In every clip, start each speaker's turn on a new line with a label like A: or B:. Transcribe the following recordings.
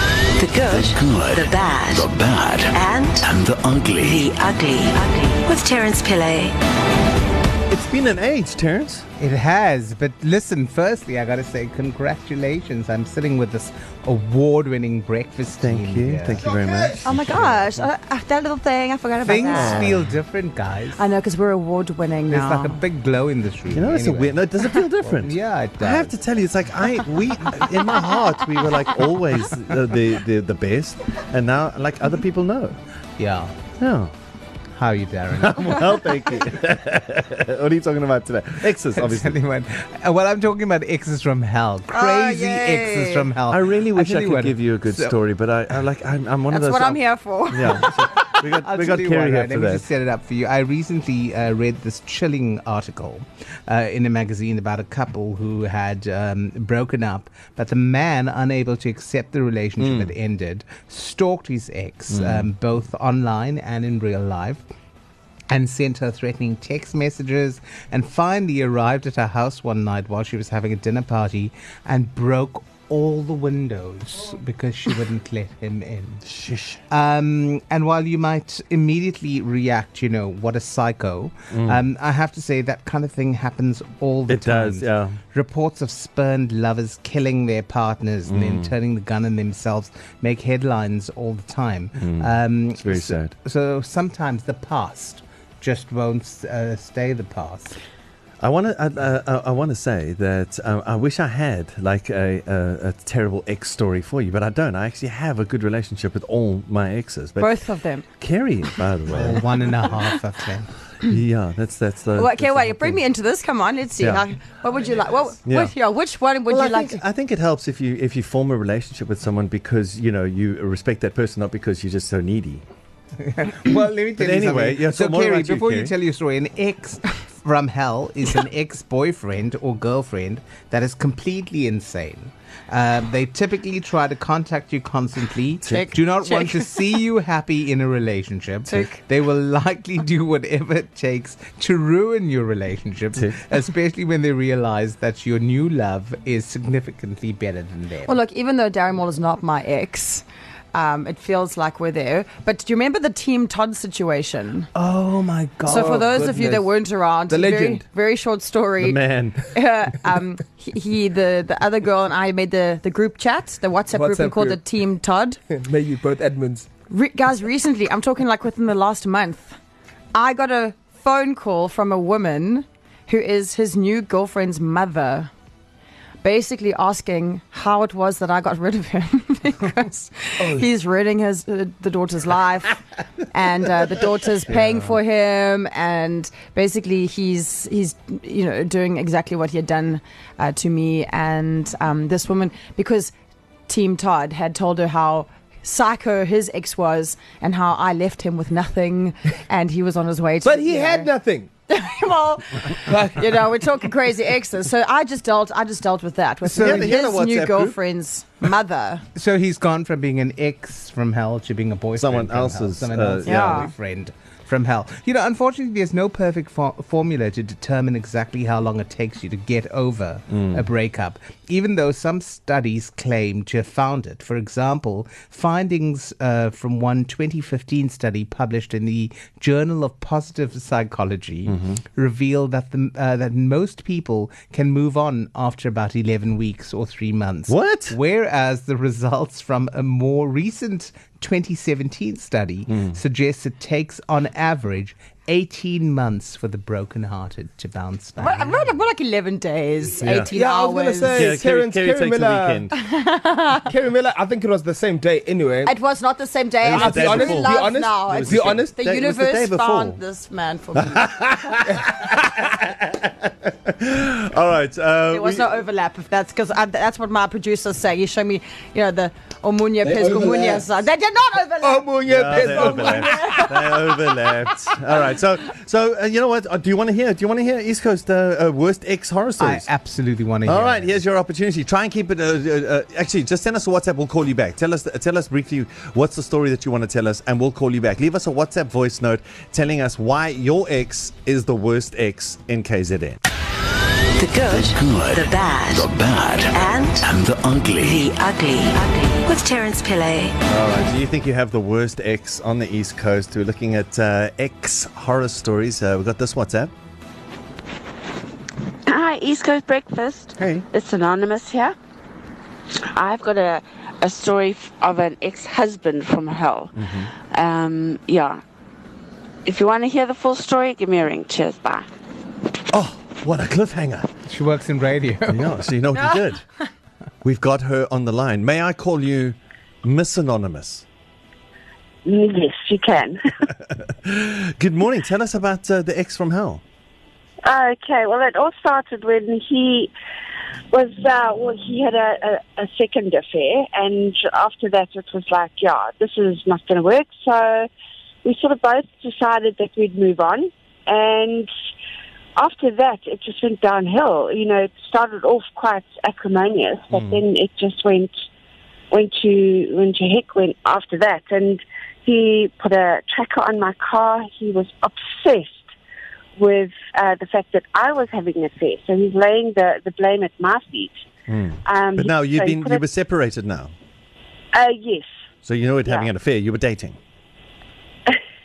A: good,
B: the good,
A: the bad,
B: the bad,
A: and
B: and the ugly.
A: the ugly. ugly. With Terence Pillay.
C: It's been an age, Terence.
D: It has, but listen, firstly, I gotta say, congratulations. I'm sitting with this award winning breakfast
C: Thank
D: team
C: you.
D: here.
C: Thank you very much.
E: Oh my gosh, uh, uh, that little thing, I forgot about
D: Things
E: that.
D: feel different, guys.
E: I know, because we're award winning
D: There's
E: now.
D: like a big glow in this room.
C: You know, it's a
D: Anyway.
C: weird. No, does it feel different?
D: Yeah, it
C: I have
D: does.
C: to tell you, it's like I we in my heart we were like always uh, the, the the best, and now like other people know.
D: Yeah.
C: Yeah.
D: How are you, Darren?
C: Well, thank you. what are you talking about today? Exes, obviously.
D: Anyone? Uh, Well, I'm talking about exes from hell. Crazy exes
E: Oh, yay.
D: from hell.
C: I really wish I
D: tell
C: could
D: what,
C: give you a good
D: so-
C: story, but I, I like I'm, I'm one
E: That's
C: of those.
E: what I'm here for.
C: Yeah. so we got
D: I'll
C: we
D: tell
C: got
D: you
C: Carrie
D: what,
C: here for
D: right, let me
C: that.
D: just set it up for you. I recently uh, read this chilling article uh, in a magazine about a couple who had um, broken up, but the man, unable to accept the relationship
C: Hmm.
D: had ended, stalked his ex, um, both online and in real life. And sent her threatening text messages, and finally arrived at her house one night while she was having a dinner party and broke all the windows because she wouldn't let him in.
C: Shish.
D: Um, and while you might immediately react, you know, what a psycho, um, I have to say that kind of thing happens all the
C: Mm. It
D: time.
C: does, yeah.
D: Reports of spurned lovers killing their partners and
C: Mm.
D: then turning the gun on themselves make headlines all the time. Um,
C: Mm. It's very sad.
D: so sometimes the past just won't uh, stay the past.
C: I want to. I, I, I want to say that um, I wish I had like a, a, a terrible ex story for you, but I don't. I actually have a good relationship with all my exes. But
E: Both of them.
C: Kerry, by the
D: Or
C: way,
D: one and a half of them.
C: yeah, that's that's the.
E: Well,
C: that's
E: okay,
C: the
E: wait,
C: whole
E: bring
C: thing.
E: me into this. Come on, let's see.
C: Yeah.
E: Like, what would you like? What,
C: Yeah.
E: what- yeah, which one would
C: Well,
E: you
C: I
E: like?
C: think,
E: to-
C: I think it helps if you if you form a relationship with someone because you know you respect that person, not because you're just so needy.
D: well, let me tell you
C: anyway,
D: something.
C: yeah, so
D: so,
C: more
D: Kerry,
C: about you,
D: before you,
C: Kerry.
D: tell your story, an ex from hell is an ex-boyfriend or girlfriend that is completely insane. Um, they typically try to contact you constantly.
E: Tick.
D: Do not want to
E: Check.
D: see you happy in a relationship.
E: Tick.
D: They will likely do whatever it takes to ruin your relationship,
C: Tick.
D: especially when they realize that your new love is significantly better than theirs.
E: well, look, even though Darren Wall is not my ex, um, it feels like we're there. But do you remember the Team Todd situation?
D: oh my God!
E: so, for those of you that
D: goodness.
E: weren't around,
D: The
E: very-
D: legend.
E: Very, short story.
C: The man,
E: uh, um, he, he, the the other girl, and I made the the group chat, the WhatsApp, group, and
F: WhatsApp
E: called
F: group.
E: the Team Todd.
F: May you both admins.
E: Re- guys, recently, I'm talking like within the last month, I got a phone call from a woman who is his new girlfriend's mother, basically asking how it was that I got rid of him because
F: Oh.
E: he's ruining his uh, the daughter's life, and uh, the daughter's paying for him, and basically he's he's you know doing exactly what he had done uh, to me and um, this woman because Team Todd had told her how psycho his ex was and how I left him with nothing and he was on his way to
F: But he
E: you
F: had
E: know.
F: nothing.
E: well you know we're talking crazy exes so I just dealt I just dealt with that with
D: So
E: his
C: the other WhatsApp
E: new
C: group-
E: girlfriend's mother
D: So he's gone from being an ex from hell to being a boyfriend.
C: Someone
D: from hell,
C: else's,
D: someone
C: uh,
D: else's
E: yeah.
D: boyfriend from hell. You know, unfortunately, there's no perfect for- formula to determine exactly how long it takes you to get over
C: Mm.
D: a breakup, even though some studies claim to have found it. For example, findings uh, from one 2015 study published in the Journal of Positive Psychology
C: Mm-hmm.
D: reveal that the uh, that most people can move on after about 11 weeks or three months.
C: What?
D: Whereas the results from a more recent 2017 study suggests it takes, on average, 18 months for the broken-hearted to bounce
E: But
D: back.
E: I'm not, more like 11 days 18
F: Yeah, I
E: hours
F: was gonna say-
C: yeah, Kerry,
F: Terrence,
C: Kerry
F: Kerry
C: takes
F: Miller.
C: a weekend.
F: Kerry Miller, I think it was the same day anyway.
E: it was not the same day
C: It was
E: I'm
C: the day
E: in
C: before.
E: love
F: Be honest?
E: now
F: It
E: It's-
F: was the honest
E: the
C: day- it was the day
E: universe
C: before.
E: found this man for me
C: All right, uh,
E: There was no overlap. If that's because that's what my producers say. You show me, you know, the Omunia Pescomunia side. They did not overlap.
F: Oh, boy, yeah,
C: Yeah,
F: there's
C: they
F: no-
C: overlapped. they overlapped. All right. So, so uh, you know what? Uh, do you want to hear? Do you want to hear East Coast uh, uh, worst ex horror
D: I
C: stories?
D: absolutely want to hear
C: All right.
D: it.
C: Here's your opportunity. Try and keep it. Uh, uh, uh, actually, just send us a WhatsApp. We'll call you back. Tell us. tell us briefly what's the story that you want to tell us, and we'll call you back. Leave us a WhatsApp voice note telling us why your ex is the worst ex in KZN.
A: The good,
B: The good,
A: the bad,
B: the bad,
A: and
B: and the ugly.
A: the ugly. ugly. with Terence Pillay.
C: All right. Do you think you have the worst ex on the East Coast? We're looking at uh, ex horror stories. Uh, we've got this WhatsApp.
B: Hi, East Coast Breakfast.
C: Hey.
B: It's Anonymous here. I've got a, a story f- of an ex husband from hell. Um, yeah. If you want to hear the full story, give me a ring. Cheers. Bye.
C: Oh, what a cliffhanger.
D: She works in radio.
C: Yeah, so you know what you did. We've got her on the line. May I call you Miss Anonymous?
B: Yes, you can.
C: Good morning. Tell us about uh, the ex from hell.
B: Okay, well, it all started when he was, uh, well, he had a, a, a second affair, and after that, it was like, yeah, this is not going to work. So we sort of both decided that we'd move on, and after that, it just went downhill. You know, it started off quite acrimonious, but then it just went went to went to heck went after that, and he put a tracker on my car. He was obsessed with uh, the fact that I was having an affair. So he's laying the, the blame at my feet. Um,
C: Hmm. But now
B: he-
C: you've
B: so he
C: been
B: put
C: you
B: it-
C: were separated now,
B: Uh, yes.
C: so you weren't having
B: Yeah.
C: an affair. You were dating.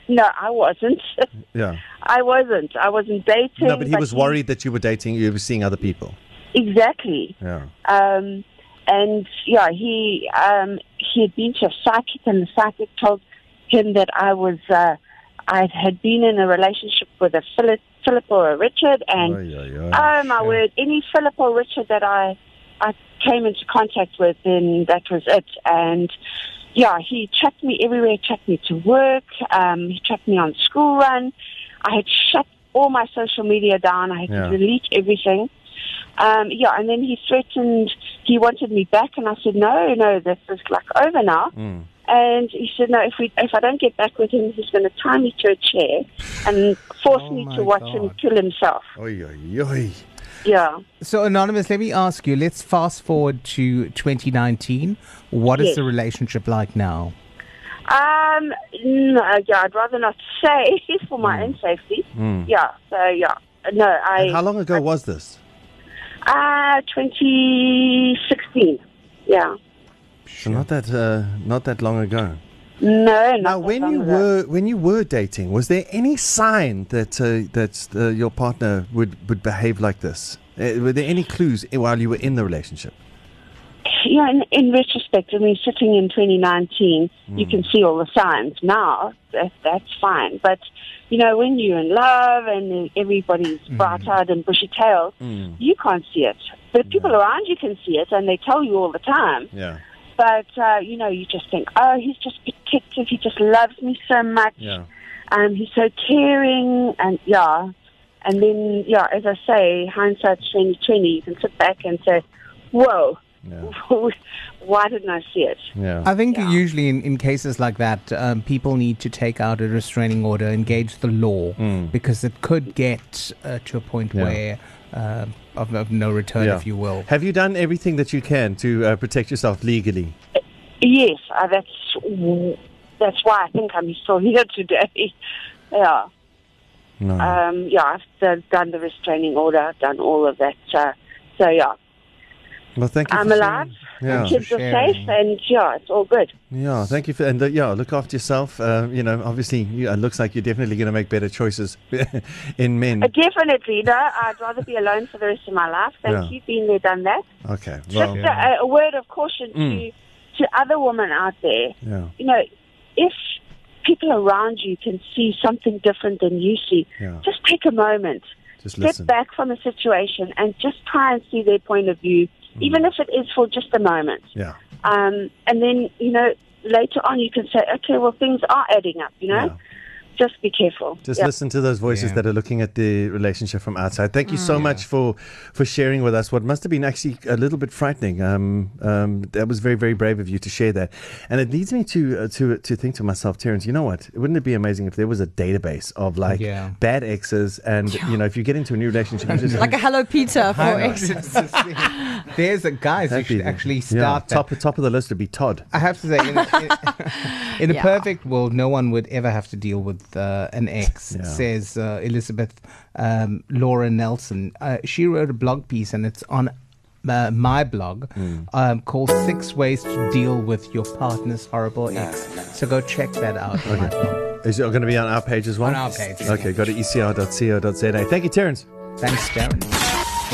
B: No, I wasn't.
C: Yeah.
B: I wasn't. I wasn't dating.
C: No, but he was worried that you were dating. You were seeing other people.
B: Exactly.
C: Yeah.
B: Um, and yeah, he um, he had been to a psychic, and the psychic told him that I was uh, I had been in a relationship with a Philip, Philip or a Richard, and
C: Oy, oy, oy.
B: Oh my word! Any Philip or Richard that I I came into contact with, then that was it. And yeah, he tracked me everywhere. Tracked me to work. Um, he tracked me on school run. I had shut all my social media down. I had
C: Yeah.
B: to delete everything. Um, yeah, and then he threatened. He wanted me back, and I said, "No, no, this is like over now."
D: Hmm.
C: Mm.
B: And he said, "No, if we if I don't get back with him, he's going to tie me to a chair and force
D: Oh,
B: me
D: my
B: to watch him
D: God.
B: kill himself."
C: Oy, oy, oy.
B: Yeah.
D: So, Anonymous, let me ask you let's fast forward to 2019. What is
B: Yes.
D: the relationship like now?
B: Um, no, yeah, I'd rather not say for my own safety. Yeah, so yeah, no, I.
C: Mm. And how long ago was this?
B: Uh, 2016. Yeah.
C: So Not that. Uh, not that long ago.
B: No, not
C: Now,
B: that
C: when
B: long
C: you
B: ago.
C: were when you were dating, was there any sign that uh, that uh, your partner would would behave like this? Uh, were there any clues i- while you were in the relationship?
B: yeah, in, in retrospect, I mean, sitting in 2019, you
C: Mm.
B: can see all the signs now. That, that's fine. But, you know, when you're in love and everybody's
C: Mm.
B: bright eyed and bushy tailed, you can't see it. But people around you can see it and they tell you all the time.
C: Yeah,
B: But uh, you know, you just think, oh, he's just protective. He just loves me so much. Um, he's so caring, and yeah. And then, yeah, as I say, hindsight's twenty twenty. You can sit back and say, whoa, why didn't I see it?
C: yeah.
D: I think usually in, in cases like that, um, people need to take out a restraining order, engage the law, because it could get uh, to a point
C: Hmm. Yeah.
D: where uh, of, of no return,
C: Yeah.
D: if you will.
C: Have you done everything that you can to uh, protect yourself legally?
B: Yes, uh, that's that's why I think I'm still here today. yeah,
C: No.
B: um, yeah. I've done- done the restraining order. I've done all of that. Uh, so yeah,
C: well, thank you.
B: I'm
C: for
B: alive.
C: Yeah.
B: My kids are
D: Sharing.
B: safe, and yeah, it's all good.
C: Yeah, thank you for and uh, yeah, look after yourself. Uh, you know, obviously, you, it looks like you're definitely going to make better choices in men.
B: Uh, Definitely, no. I'd rather be alone for the rest of my life. Thank
C: Yeah.
B: you, been there, done that.
C: Okay,
B: Just
C: well,
B: a, a word of caution
C: Mm.
B: to to other women out there.
C: yeah,
B: You know, if people around you can see something different than you see,
C: Yeah.
B: just take a moment,
C: just
B: step
C: listen.
B: back from the situation, and just try and see their point of view,
C: Mm.
B: even if it is for just a moment.
C: Yeah,
B: Um, and then you know, later on, you can say, okay, well, things are adding up. You know,
C: Yeah.
B: just be careful.
C: Just
B: Yeah.
C: listen to those voices
D: Yeah.
C: that are looking at the relationship from outside. Thank you so much for for sharing with us what must have been actually a little bit frightening. Um, um, that was very very brave of you to share that, and it leads me to uh, to to think to myself, Terence, you know what? Wouldn't it be amazing if there was a database of like
D: Yeah.
C: bad exes, and you know, if you get into a new relationship, you just
E: Like a Hello Peter for ex.
D: There's a guys
C: That'd
D: you should
C: be-
D: actually
C: yeah,
D: start that.
C: top top of the list would be Todd.
D: I have to say, in, in, in a
E: Yeah.
D: perfect world, no one would ever have to deal with uh, an ex,
C: Yeah.
D: says uh, Elizabeth um, Laura Nelson. Uh, she wrote a blog piece, and it's on uh, my blog um, called Six Ways to Deal with Your Partner's Horrible Ex. So go check that out. on my blog.
C: Is it going to be on our page as well?
D: On our page,
C: Okay, go to E ecr.co.za. Thank you, Terrence.
D: Thanks, Darren.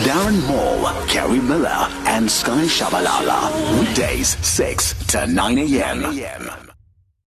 G: Darren Moore, Kerry Miller, and Sky Shabalala. Weekdays, 6 to 9 a.m.